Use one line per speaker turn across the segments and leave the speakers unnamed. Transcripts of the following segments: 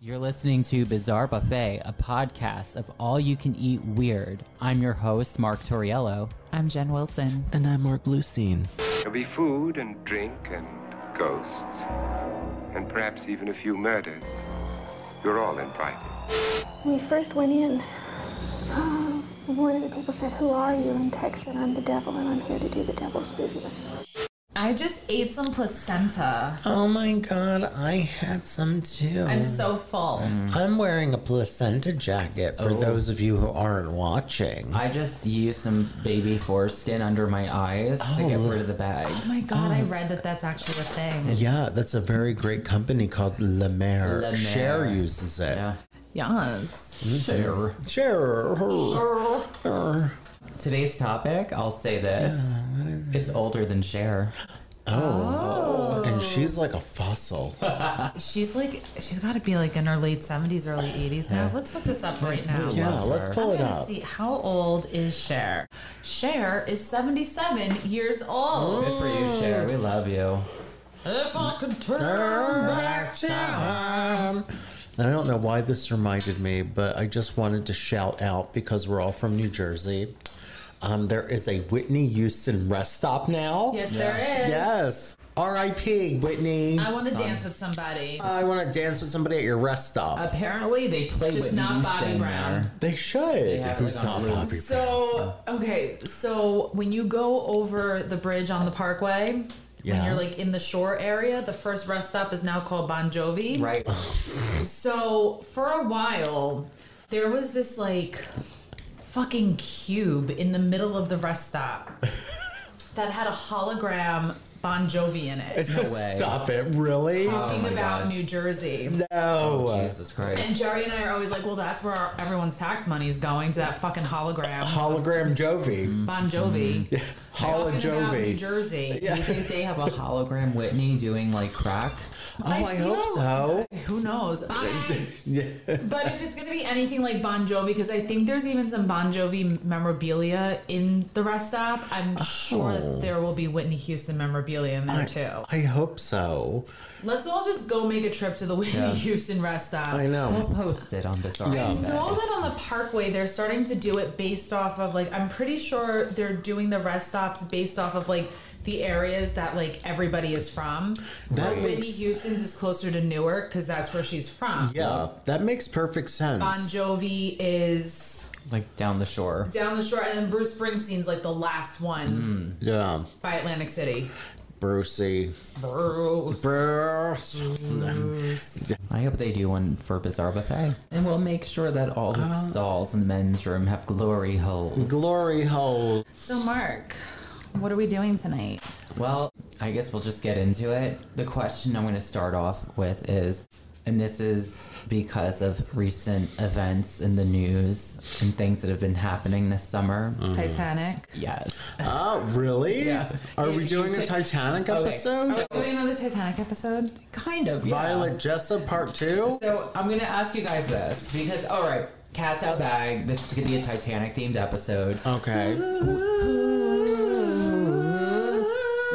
You're listening to Bizarre Buffet, a podcast of all you can eat weird. I'm your host, Mark Torriello.
I'm Jen Wilson.
And I'm Mark Bluestein.
There'll be food and drink and ghosts, and perhaps even a few murders. You're all invited.
When we first went in, uh, one of the people said, Who are you? And Tex said, I'm the devil and I'm here to do the devil's business.
I just ate some placenta.
Oh my god, I had some too.
I'm so full.
I'm wearing a placenta jacket for those of you who aren't watching.
Oh. I just used some baby foreskin under my eyes to get rid of the bags.
Oh my god, I read that that's actually a thing.
yeah, that's a very great company called Le Maire.
Le Maire.
Cher uses it.
Yeah.
Yes.
Sure.
Cher.
Today's topic, I'll say this. It's older than Cher.
And she's like a fossil.
She's like, she's got to be like in her late 70s, early 80s now. Let's look this up right now.
yeah,
love
let's
her.
pull
I'm
it
gonna
up.
see how old is Cher. Cher is 77 years old.
Good for you, Cher. We love you.
If I could turn
Back time. And I don't know why this reminded me, but I just wanted to shout out because we're all from New Jersey. Um, there is a Whitney Houston rest stop now.
Yes, there is.
Yes. R.I.P. Whitney.
I
I,
want to dance with somebody.
want to dance with somebody at your rest stop.
Uh,
Apparently, they play
Just
with
not Bobby Brown.
they should.
have it
Who's
on
not
loop.
Bobby?
So okay, so when you go over the bridge on the Parkway, when
Yeah.
you're like in the shore area, the first rest stop is now called Bon Jovi.
Right.
So for a while, there was this like fucking cube in the middle of the rest stop that had a hologram Bon Jovi in it,
way.
Stop it. Really?
talking
Oh my
about
God.
New Jersey.
no.
oh,
Jesus Christ.
And Jerry and I are always like, well, that's where our, everyone's tax money is going to that fucking hologram,
Hologram Jovi.
Bon
Mm-hmm.
Jovi.
Holo
Mm. Talking about New
Jovi.
Jersey.
Do you think they have a hologram Whitney doing like crack?
Oh, I, hope
feel-
so.
Who knows? but if it's gonna be anything like Bon Jovi, because I think there's even some Bon Jovi memorabilia in the rest stop, I'm sure that there will be Whitney Houston memorabilia in there too.
Oh. I hope so.
Let's all just go make a trip to the Whitney Houston rest stop.
I know.
We'll post it on Bizarre.
I know that on the Parkway they're starting to do it based off of like I'm pretty sure they're doing the rest stops based off of like the areas that like everybody is from.
That
so Whitney
makes-
Houston's is closer to Newark because that's where she's from.
Yeah, that makes perfect sense.
Bon Jovi is
Like down the shore.
down the shore, and then Bruce Springsteen's like the last one
yeah,
by Atlantic City.
Brucey.
Bruce.
Bruce.
I hope they do one for Bizarre Buffet. And we'll make sure that all the
Uh,
stalls in the men's room have glory holes.
Glory hole.
So Mark, what are we doing tonight?
Well, I guess we'll just get into it. The question I'm going to start off with is, and this is because of recent events in the news and things that have been happening this summer.
Uh.
Titanic.
Yes.
Oh, really?
Yeah.
Are we doing a Titanic episode?
so-
Doing another Titanic episode?
Kind of. yeah.
Violet Jessup part two?
So I'm gonna ask you guys this because all right, cat's out bag. This is gonna be a Titanic themed episode.
Okay.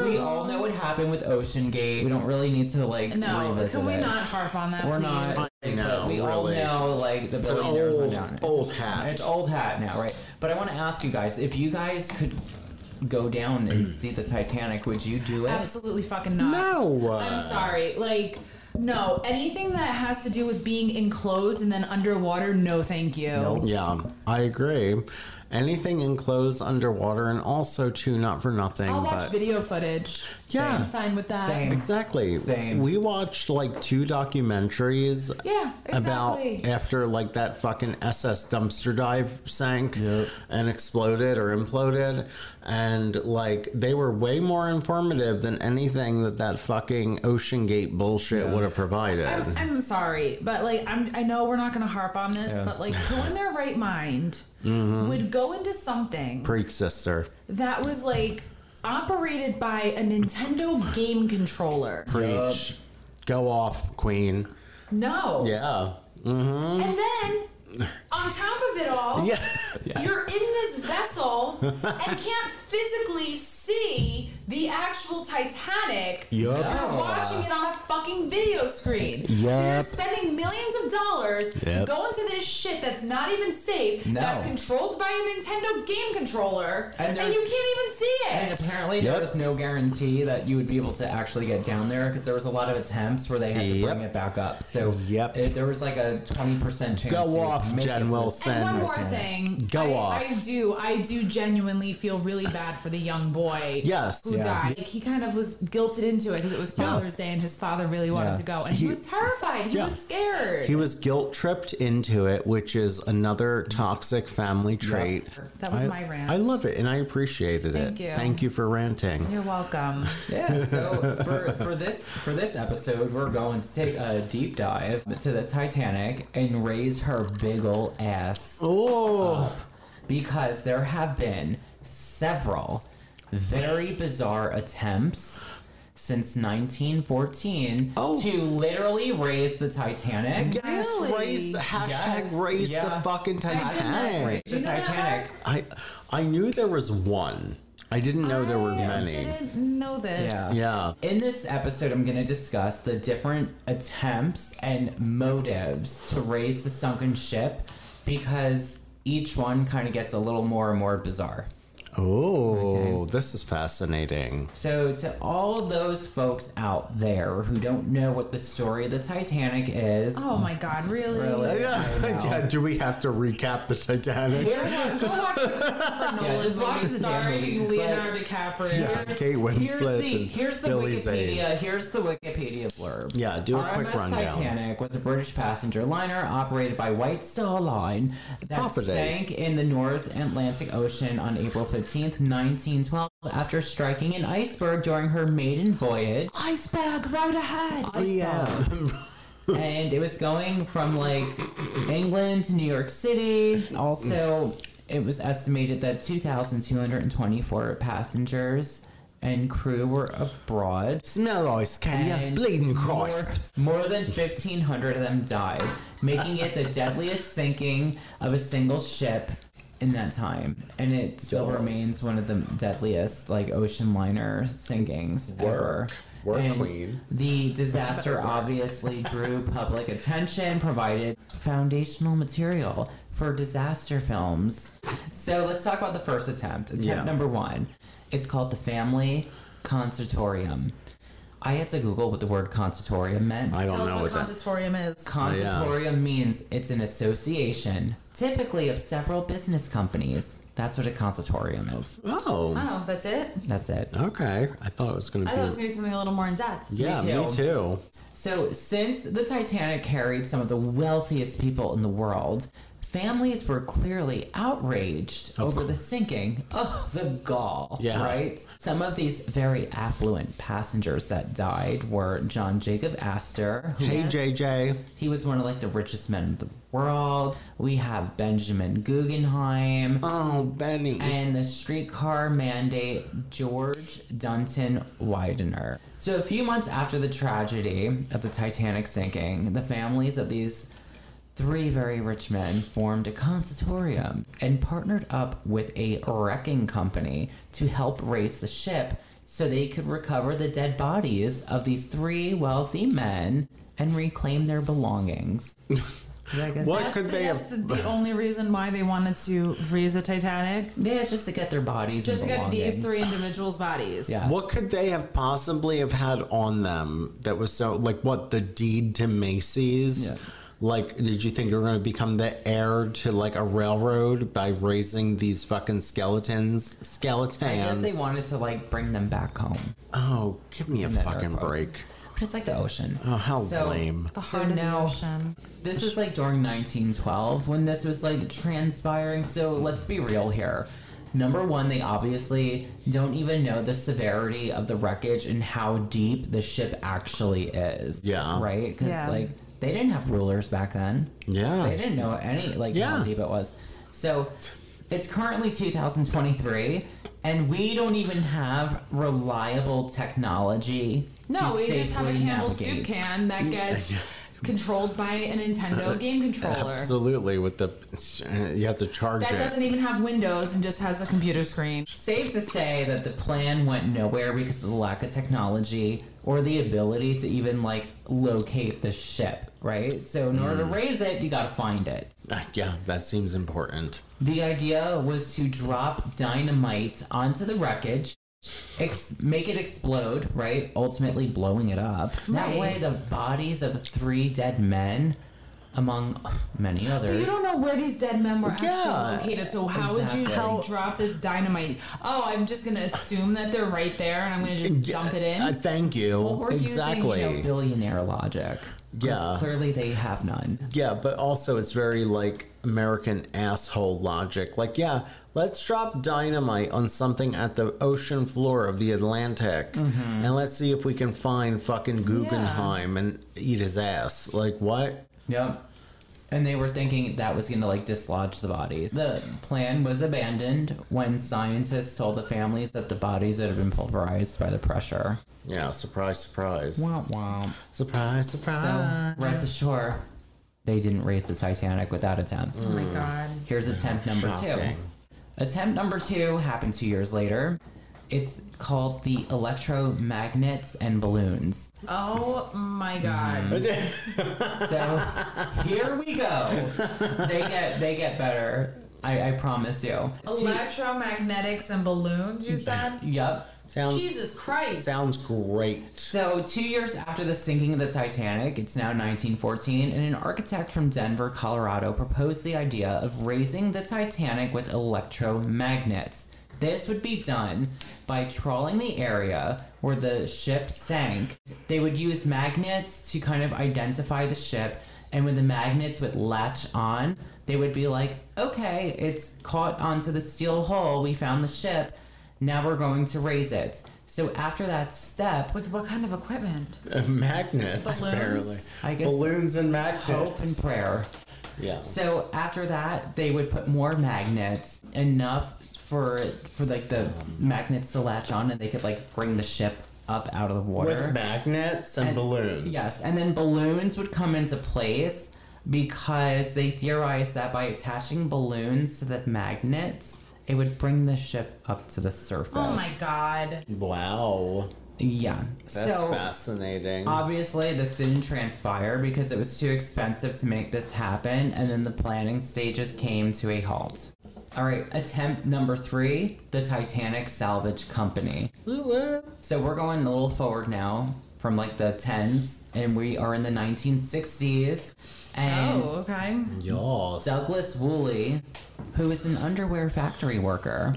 We all know what happened with Ocean Gate. We don't really need to like
No,
revisit
can we
it.
not harp on that?
We're
please?
not.
I know,
we all
really.
know like the
an
billionaires went
old-
down. It's-
old hat.
It's old hat now, right? But I want to ask you guys if you guys could go down and see the Titanic, would you do it?
Absolutely fucking not.
No.
I'm sorry. Like, no. Anything that has to do with being enclosed and then underwater, no thank you.
Yeah, I agree. Anything enclosed underwater, and also too, not for nothing,
I'll watch
but
video footage.
yeah,
I'm fine with that.
Same.
exactly.
Same.
We watched like two documentaries
Yeah, exactly.
about after like that fucking SS dumpster dive sank and exploded or imploded, and like they were way more informative than anything that that fucking Ocean Gate bullshit would have provided.
I'm, I'm sorry, but like I'm, I know we're not gonna harp on this, but like who in their right mind would go into something
Preach, sister.
that was like operated by a Nintendo game controller?
Preach. Go off, Queen.
No.
Yeah. Mm-hmm.
And then on top of it all,
Yeah.
you're in this vessel and can't physically see the actual Titanic.
Yup.
You're watching it on a fucking video screen. So you're
Yup.
spending millions of of dollars to
Yep.
go into this shit that's not even safe,
No.
that's controlled by a Nintendo game controller,
And
and,
there's-
you can't even see it.
And apparently
Yep.
there was no guarantee that you would be able to actually get down there because there was a lot of attempts where they had to bring
Yep.
it back up. So
Yep.
it- there was like a 20% chance.
Go
you would
off,
make it
Jen
to the-
Wilson.
And one more
Entertainment.
thing.
Go
I,
off.
I do. I do genuinely feel really bad for the young boy.
Yes.
Who
Yeah.
died. Like, he kind of was guilted into it because it was Father's Day and his father really wanted
Yeah.
to go. And he,
He-
was terrified. He
Yeah.
was scared.
He was guilt tripped into it, which is another toxic family trait.
that was
I,
my rant.
I love it and I appreciated
Thank
it.
you.
Thank you for ranting.
You're welcome.
Yeah, so for, for this for this episode, we're going to take a deep dive to the Titanic and raise her big ol' ass
Oh,
because there have been several very bizarre attempts since 1914
Oh.
to literally raise the Titanic.
yes,
Really?
raise hashtag
Yes.
raise
Yeah.
the fucking Titanic.
The
You know that,
Titanic.
I I knew there was one. I didn't know Oh, there were
I
many.
didn't know this.
Yeah.
Yeah.
In this episode, I'm going to discuss the different attempts and motives to raise the sunken ship because each one kind of gets a little more and more bizarre.
Oh, this is fascinating.
So, to all those folks out there who don't know what the story of the Titanic is,
Oh my God! Really?
Really? I know.
yeah, do we have to recap the Titanic?
here's,
Go watch the Christopher Nolan
just watch
movie
the
starring
movie, but-
Leonardo DiCaprio.
here's-
Kate
here's
Winslet
the,
and
here's the
Billy Zane.
Wikipedia. Here's the Wikipedia blurb.
Yeah, do a quick
RMS
rundown.
Titanic was a British passenger liner operated by White Star Line that
Property.
sank in the North Atlantic Ocean on April 15th, 1912, after striking an iceberg during her maiden voyage.
Iceberg road ahead.
Oh, yeah.
and it was going from like England to New York City. Also, it was estimated that 2,224 passengers and crew were abroad.
Smell ice, can ya?
And
Bleeding
more-
Christ.
More, than 1,500 of them died, making it the deadliest sinking of a single ship in that time. And it still
Yes.
remains one of the deadliest, like, ocean liner sinkings ever.
Work. Work,
And
queen.
The disaster obviously drew public attention, provided foundational material for disaster films. So let's talk about the first attempt. Attempt
Yeah.
number one. It's called the Family Concertorium. I had to Google what the word concertorium meant.
I don't
Tell us
know
what
what that
consultorium is.
Consortium means it's an association, typically of several business companies. That's what a consortium is.
Oh,
oh, that's it.
That's it.
okay. I thought it was going to
I thought it was
be.
gonna be something a little more in depth.
Yeah,
Me
me
too.
too.
So, since the Titanic carried some of the wealthiest people in the world, families were clearly outraged over the sinking. Oh, the gall,
Yeah.
right? Some of these very affluent passengers that died were John Jacob Astor, who
Hey,
was-
JJ.
he was one of like the richest men in the world. We have Benjamin Guggenheim
Oh, Benny.
and the streetcar mandate George Dunton Widener. So, a few months after the tragedy of the Titanic sinking, the families of these three very rich men formed a consortium and partnered up with a wrecking company to help raise the ship so they could recover the dead bodies of these three wealthy men and reclaim their belongings. I guess
What
that's-
could they
That's
have?
the only reason why they wanted to raise the Titanic.
Yeah, just to get their bodies.
Just to
and
get these
belongings.
three individuals' bodies.
Yeah.
What could they have possibly have had on them that was so like what the deed to Macy's?
Yeah.
Like, did you think you were going to become the heir to like a railroad by raising these fucking skeletons? Skeletons.
I guess they wanted to like bring them back home.
Oh, give me a
that
fucking
airport.
break.
But it's like the ocean.
Oh, how
So-
lame.
The
So
heart of
now-
the ocean.
This is like during 1912 when this was like transpiring. So let's be real here. Number one, they obviously don't even know the severity of the wreckage and how deep the ship actually is.
Yeah.
Right? Because
Yeah.
like they didn't have rulers back then.
Yeah.
They didn't know any like how
Yeah.
deep it was. So it's currently 2023, and we don't even have reliable technology.
No,
to
we just have a
safely
Campbell's soup
navigate.
can that gets controlled by a Nintendo game controller.
Absolutely, with the you have to charge
That
it.
doesn't even have windows and just has a computer screen.
Safe to say that the plan went nowhere because of the lack of technology or the ability to even like locate the ship. right? So in order to raise it, you got to find it.
Ah, Yeah, that seems important.
The idea was to drop dynamite onto the wreckage, ex- make it explode, right? Ultimately blowing it up. That
Right.
way, the bodies of the three dead men, among many others.
But you don't know where these dead men were actually
Yeah,
located, so how would
exactly.
you
How-
like, drop this dynamite? Oh, I'm just gonna assume that they're right there, and I'm gonna just dump it in.
Uh, thank you.
Or using, you
exactly.
know, billionaire logic. 'Cause
Yeah.
Clearly, they have none.
Yeah, but also it's very like American asshole logic. Like, yeah, let's drop dynamite on something at the ocean floor of the Atlantic
Mm-hmm.
and let's see if we can find fucking Guggenheim and eat his ass. Like, what?
Yep. And they were thinking that was going to like dislodge the bodies. The plan was abandoned when scientists told the families that the bodies had been pulverized by the pressure.
Yeah, surprise, surprise.
Wow, wow.
Surprise,
So,
surprise.
rest assured, they didn't raise the Titanic without attempt.
oh my god.
Here's attempt number
Shocking.
two. Attempt number two happened two years later. It's called the electromagnets and balloons.
Oh my god.
So here we go. They get they get better. I, I promise you.
Electromagnetics and balloons, you said?
Yep.
Sounds
Jesus Christ.
sounds great.
So, two years after the sinking of the Titanic, it's now 1914, and an architect from Denver, Colorado proposed the idea of raising the Titanic with electromagnets. This would be done by trawling the area where the ship sank. They would use magnets to kind of identify the ship, and when the magnets would latch on, they would be like, okay, it's caught onto the steel hull, we found the ship, now we're going to raise it. So after that step,
With what kind of equipment?
Magnets,
Balloons?
apparently.
I guess-
Balloons and
hope and
magnets.
prayer.
Yeah.
So after that, they would put more magnets, enough for for like the magnets to latch on, and they could like bring the ship up out of the water.
With magnets and,
And-
balloons.
Yes, and then balloons would come into place because they theorized that by attaching balloons to the magnets, it would bring the ship up to the surface.
Oh my god.
Wow.
Yeah.
That's
so
fascinating.
uh,
Obviously, this didn't transpire because it was too expensive to make this happen, and then the planning stages came to a halt. All right, attempt number three the Titanic Salvage Company. So we're going a little forward now from like the 10s, and we are in the 1960s. And
Oh, okay.
Mm. Y'all.
Douglas Woolley, who is an underwear factory worker,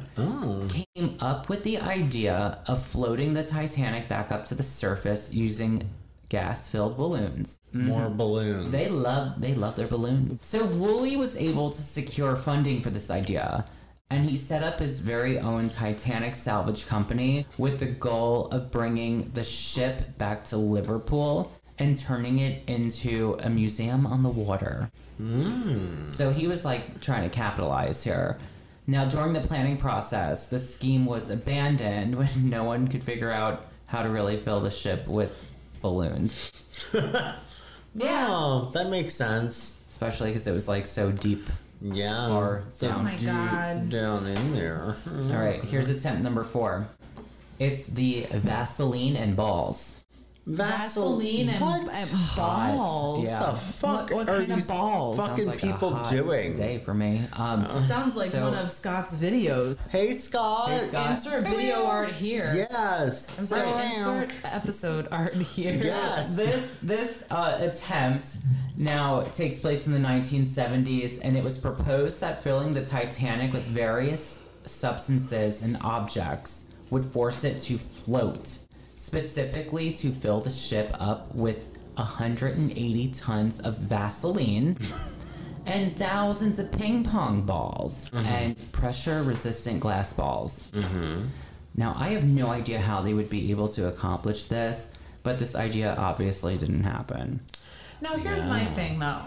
came up with the idea of floating the Titanic back up to the surface using gas-filled balloons.
More balloons.
They love they love their balloons. So Woolley was able to secure funding for this idea, and he set up his very own Titanic salvage company with the goal of bringing the ship back to Liverpool and turning it into a museum on the water. So he was like trying to capitalize here. Now, during the planning process, the scheme was abandoned when no one could figure out how to really fill the ship with balloons,
yeah, Oh, that makes sense.
especially because it was like so deep.
Yeah.
Far
so
down. Oh
my
deep
God.
Down in there.
All right, here's attempt number four. It's the Vaseline and balls.
Vaseline and, oh.
What?
and
What
balls.
Yeah.
the fuck
What- what
are
kind of
these
balls? Uh-huh.
fucking
Sounds like a
people
hot
doing?
Day for me. Um,
Sounds like
So-
one of Scott's videos.
Hey, Scott.
Hey, Scott.
Insert video art here.
Yes.
I'm sorry, insert episode art here.
Yes.
this this uh, attempt now takes place in the 1970s, and it was proposed that filling the Titanic with various substances and objects would force it to float, specifically to fill the ship up with 180 tons of Vaseline. And thousands of ping pong balls and pressure resistant glass balls. Now, I have no idea how they would be able to accomplish this, but this idea obviously didn't happen.
Now here's my thing though.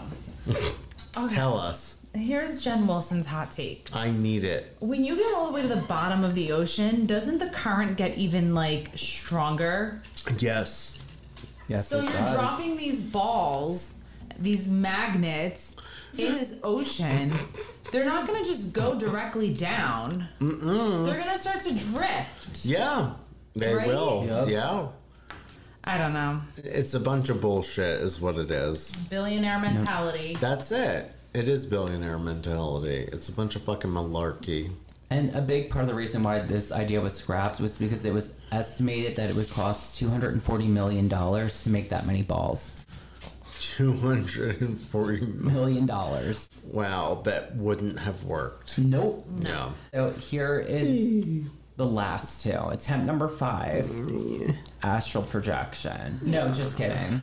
Oh,
Tell us.
Here's Jen Wilson's hot take.
I need it.
When you get all the way to the bottom of the ocean, doesn't the current get even like stronger?
Yes.
Yes,
So you're dropping these balls, these magnets, in this ocean. They're not gonna just go directly down. They're gonna start to drift.
Yeah. They
Right?
will.
Yep.
Yeah.
I I don't know.
It's a bunch of bullshit, is what it is.
Billionaire mentality.
That's it. It is billionaire mentality. It's a bunch of fucking malarkey.
And a big part of the reason why this idea was scrapped was because it was estimated that it would cost two hundred and forty million dollars to make that many balls.
240 mil-
Million dollars.
Wow, that wouldn't have worked.
Nope.
No.
So here is the last two. Attempt number five. Astral projection. No, just kidding.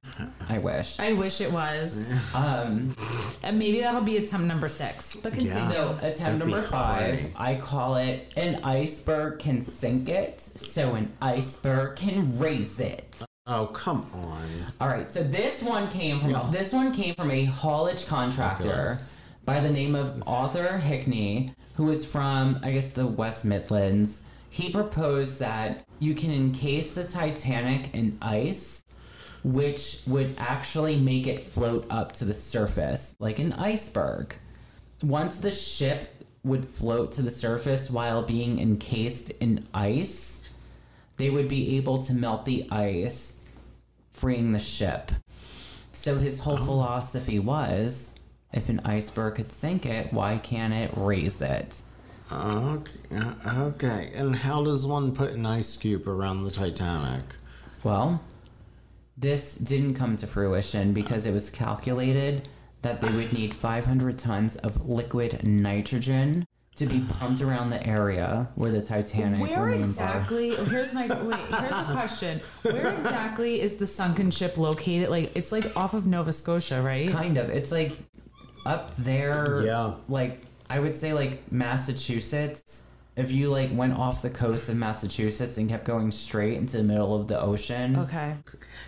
I wish.
I wish it was.
Um,
and maybe that'll be attempt number six. But continue.
Yeah.
so attempt
That'd be
number five.
hard.
I call it an iceberg can sink it, so an iceberg can raise it.
Oh, come on.
All right, so this one came from this one came from a haulage contractor by the name of Arthur Hickney, who is from I guess the West Midlands. He proposed that you can encase the Titanic in ice, which would actually make it float up to the surface like an iceberg. Once the ship would float to the surface while being encased in ice, they would be able to melt the ice freeing the ship. So his
Oh.
whole philosophy was if an iceberg could sink it, why can't it raise it?
Okay, uh, okay. And how does one put an ice cube around the Titanic?
Well, this didn't come to fruition because it was calculated that they would need 500 tons of liquid nitrogen to be pumped around the area where the Titanic
Where
remains
exactly? oh, Here's my wait. Here's a question. Where exactly is the sunken ship located? Like it's like off of Nova Scotia, right?
Kind of. It's like up there.
Yeah.
Like I would say like Massachusetts. If you like went off the coast of Massachusetts and kept going straight into the middle of the ocean.
Okay.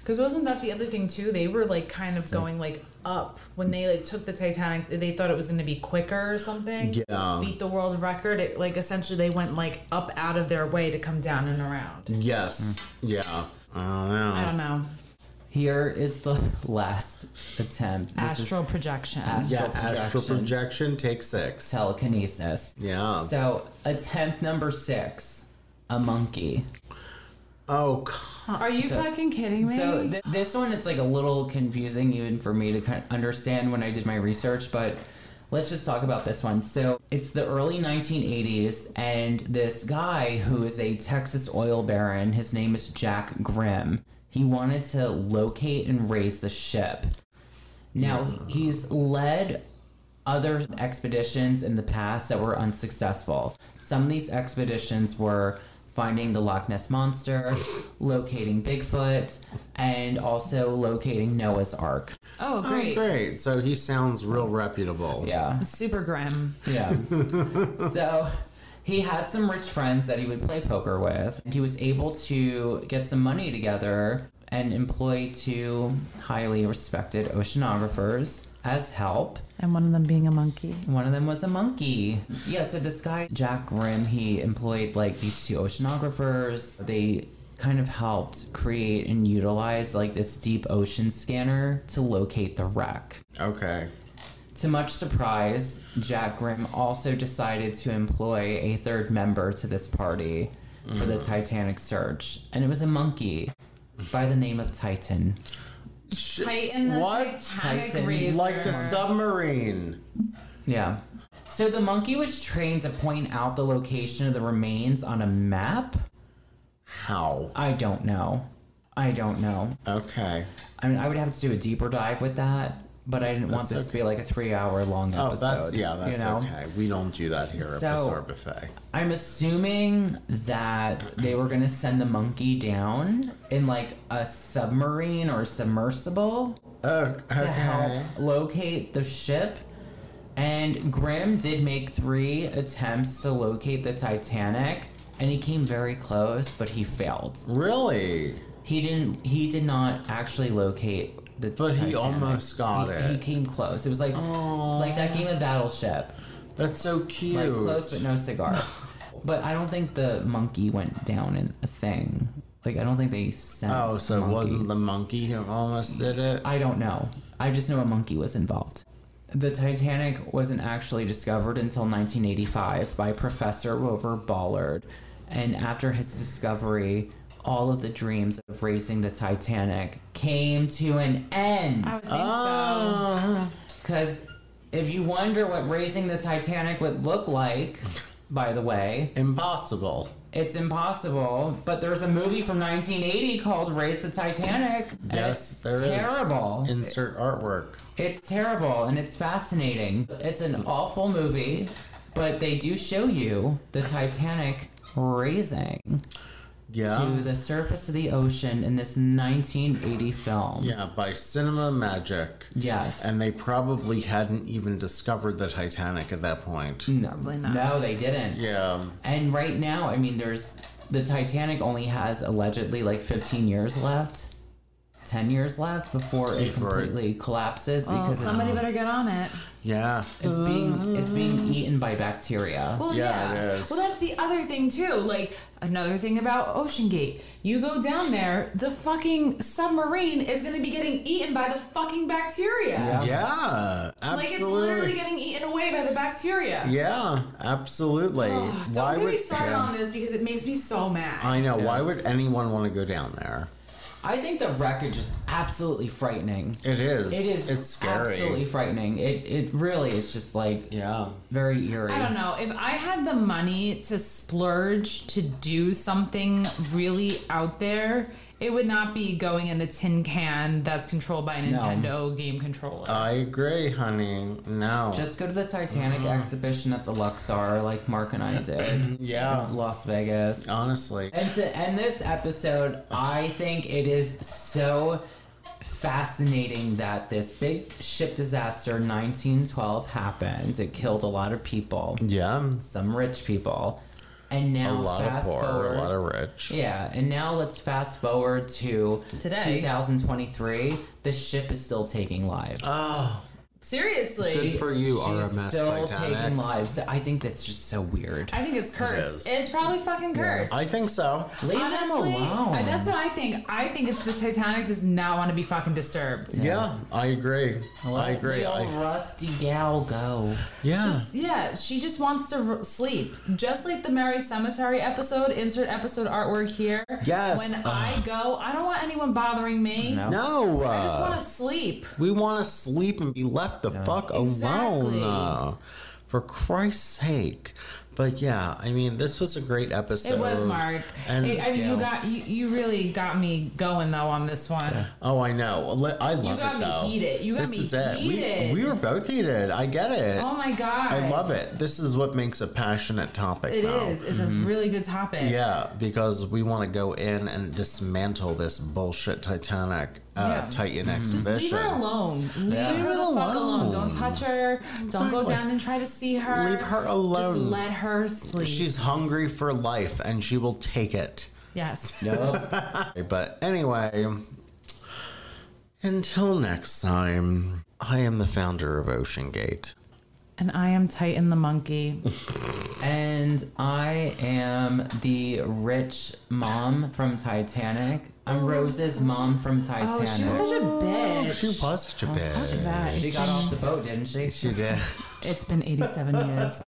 Because wasn't that the other thing too? They were like kind of going like up when they like took the Titanic. They thought it was going to be quicker or something.
Yeah.
Beat the world record. It like essentially they went like up out of their way to come down and around.
Yes. Yeah. I don't know.
I don't know.
Here is the last attempt. This is
Astral projection.
Yeah,
astral
astral
projection.
projection, take six.
telekinesis.
Yeah.
So attempt number six, a monkey.
Oh, God.
Are you fucking kidding me?
So th- this one, it's like a little confusing even for me to kind of understand when I did my research, but let's just talk about this one. So it's the early 1980s, and this guy who is a Texas oil baron, his name is Jack Grimm. He wanted to locate and raise the ship. Now he's led other expeditions in the past that were unsuccessful. Some of these expeditions were finding the Loch Ness monster, locating Bigfoot, and also locating Noah's Ark.
oh,
Oh,
great.
great. So he sounds real reputable.
Yeah.
Super grim.
Yeah. so he had some rich friends that he would play poker with. And he was able to get some money together and employ two highly respected oceanographers as help.
And one of them being a monkey.
One of them was a monkey. Yeah, so this guy, Jack Grimm, he employed like these two oceanographers. They kind of helped create and utilize like this deep ocean scanner to locate the wreck.
Okay.
To much surprise, Jack Grimm also decided to employ a third member to this party for
Mm.
the Titanic search, and it was a monkey by the name of Titan.
Titan the
What?
Titanic
Titan.
razor.
Like the submarine.
Yeah. So the monkey was trained to point out the location of the remains on a map.
How?
I don't know. I don't know.
Okay.
I mean, I would have to do a deeper dive with that, but I didn't want
That's
this to be like a three-hour long
Oh,
episode.
that's yeah, that's
you know?
okay. We don't do that here at
So-
Bizarre Buffet.
I'm assuming that they were gonna send the monkey down in like a submarine or submersible
Oh,
to
okay.
help locate the ship. And Grimm did make three attempts to locate the Titanic, and he came very close, but he failed.
Really?
He didn't. He did not actually locate the.
But he
Titanic.
almost got
He-
it. Oh.
He came close. It was like like that game of Battleship.
That's so cute.
Like close but no cigar. but I don't think the monkey went down in a thing. Like I don't think they sent.
Oh, so
a
it
monkey.
wasn't the monkey who almost did it?
I don't know. I just know a monkey was involved. The Titanic wasn't actually discovered until 1985 by Professor Rover Ballard, and after his discovery, all of the dreams of racing the Titanic came to an end.
I would think so.
Oh.
Because if you wonder what racing the Titanic would look like, by the way,
Impossible.
it's impossible. But there's a movie from 1980 called Race the Titanic. and
Yes,
it's
there is.
terrible.
Insert artwork.
It's terrible and it's fascinating. It's an awful movie, but they do show you the Titanic raising to
Yeah.
the surface of the ocean in this 1980 film.
Yeah, by Cinema Magic.
Yes.
And they probably hadn't even discovered the Titanic at that point.
no,
Probably not.
no, they didn't.
Yeah.
And right now, I mean, there's the Titanic only has allegedly like 15 years left, 10 years left before it
Before it-
completely collapses
Well,
because
somebody better get on it.
Yeah.
it's being it's being eaten by bacteria.
Well,
Yeah,
yeah.
it is.
Well, that's the other thing too. Like another thing about Ocean Gate, you go down there, the fucking submarine is going to be getting eaten by the fucking bacteria.
Yeah.
Yeah.
Like it's
Absolutely.
literally getting eaten away by the bacteria.
yeah, absolutely.
Ugh, don't
Why
get me
would
started on this because it makes me so mad.
I know. Why would anyone want to go down there?
I think the wreckage is absolutely frightening.
It is.
It is
It's scary.
absolutely frightening. It it really is just like
Yeah.
very eerie.
I don't know. If I had the money to splurge to do something really out there, it would not be going in the tin can that's controlled by a Nintendo game controller.
I agree, honey. No.
Just go to the Titanic
Mm-hmm.
exhibition at the Luxor, like Mark and I did,
yeah.
Las Vegas.
Honestly.
And to end this episode, I think it is so fascinating that this big ship disaster, 1912, happened. It killed a lot of people,
Yeah.
some rich people, and
A
now
lot of
fast
poor,
forward.
a lot of rich.
yeah, and now let's fast forward to
Today.
2023. The ship is still taking lives.
Oh,
Seriously.
good for you,
She's
RMS
still taking
Titanic.
lives. I think that's just so weird.
I think it's cursed.
is.
it's probably fucking cursed.
I think so.
Leave
Honestly,
them alone.
I- that's what I think. I think it's the Titanic does not want to be fucking disturbed.
Yeah, I agree. I
Let
agree.
the old
I,
rusty gal go.
yeah.
Yeah, she just wants to r- sleep. Just like the Mary Cemetery episode, insert episode artwork here.
Yes.
When
Ugh.
I go, I don't want anyone bothering me.
No.
no,
I just
uh,
want to sleep.
we want to sleep and be left the fuck
Exactly.
alone. Uh, for Christ's sake. But yeah, I mean, this was a great episode.
It was Mark.
And
It- I mean,
Yeah.
you got you, you really got me going though on this one.
oh, I know. Le- I love
got
it
me
though.
heated. You got
this
me
is it.
heated.
We, we were both heated. I get it.
Oh my god,
I love it. This is what makes a passionate topic.
It
though.
is. It's a really good topic.
Mm-hmm. Yeah, because we want to go in and dismantle this bullshit Titanic uh,
Yeah.
Titan
Leave
exhibition.
her alone. Leave
Yeah.
her
Leave it
the fuck
alone.
alone. Don't touch her. Don't
Exactly.
go down and try to see her.
Leave her alone.
Just let her sleep.
She's hungry for life and she will take it.
yes.
Nope.
But anyway, until next time, I am the founder of Ocean Gate.
And I am Titan the monkey.
and I am the rich mom from Titanic. I'm Rose's mom from
Oh,
Titanic.
she was such a bitch.
She was such a bitch.
Oh, That,
She
it's
got
been-
off the boat, didn't she?
She did.
it's been 87 years.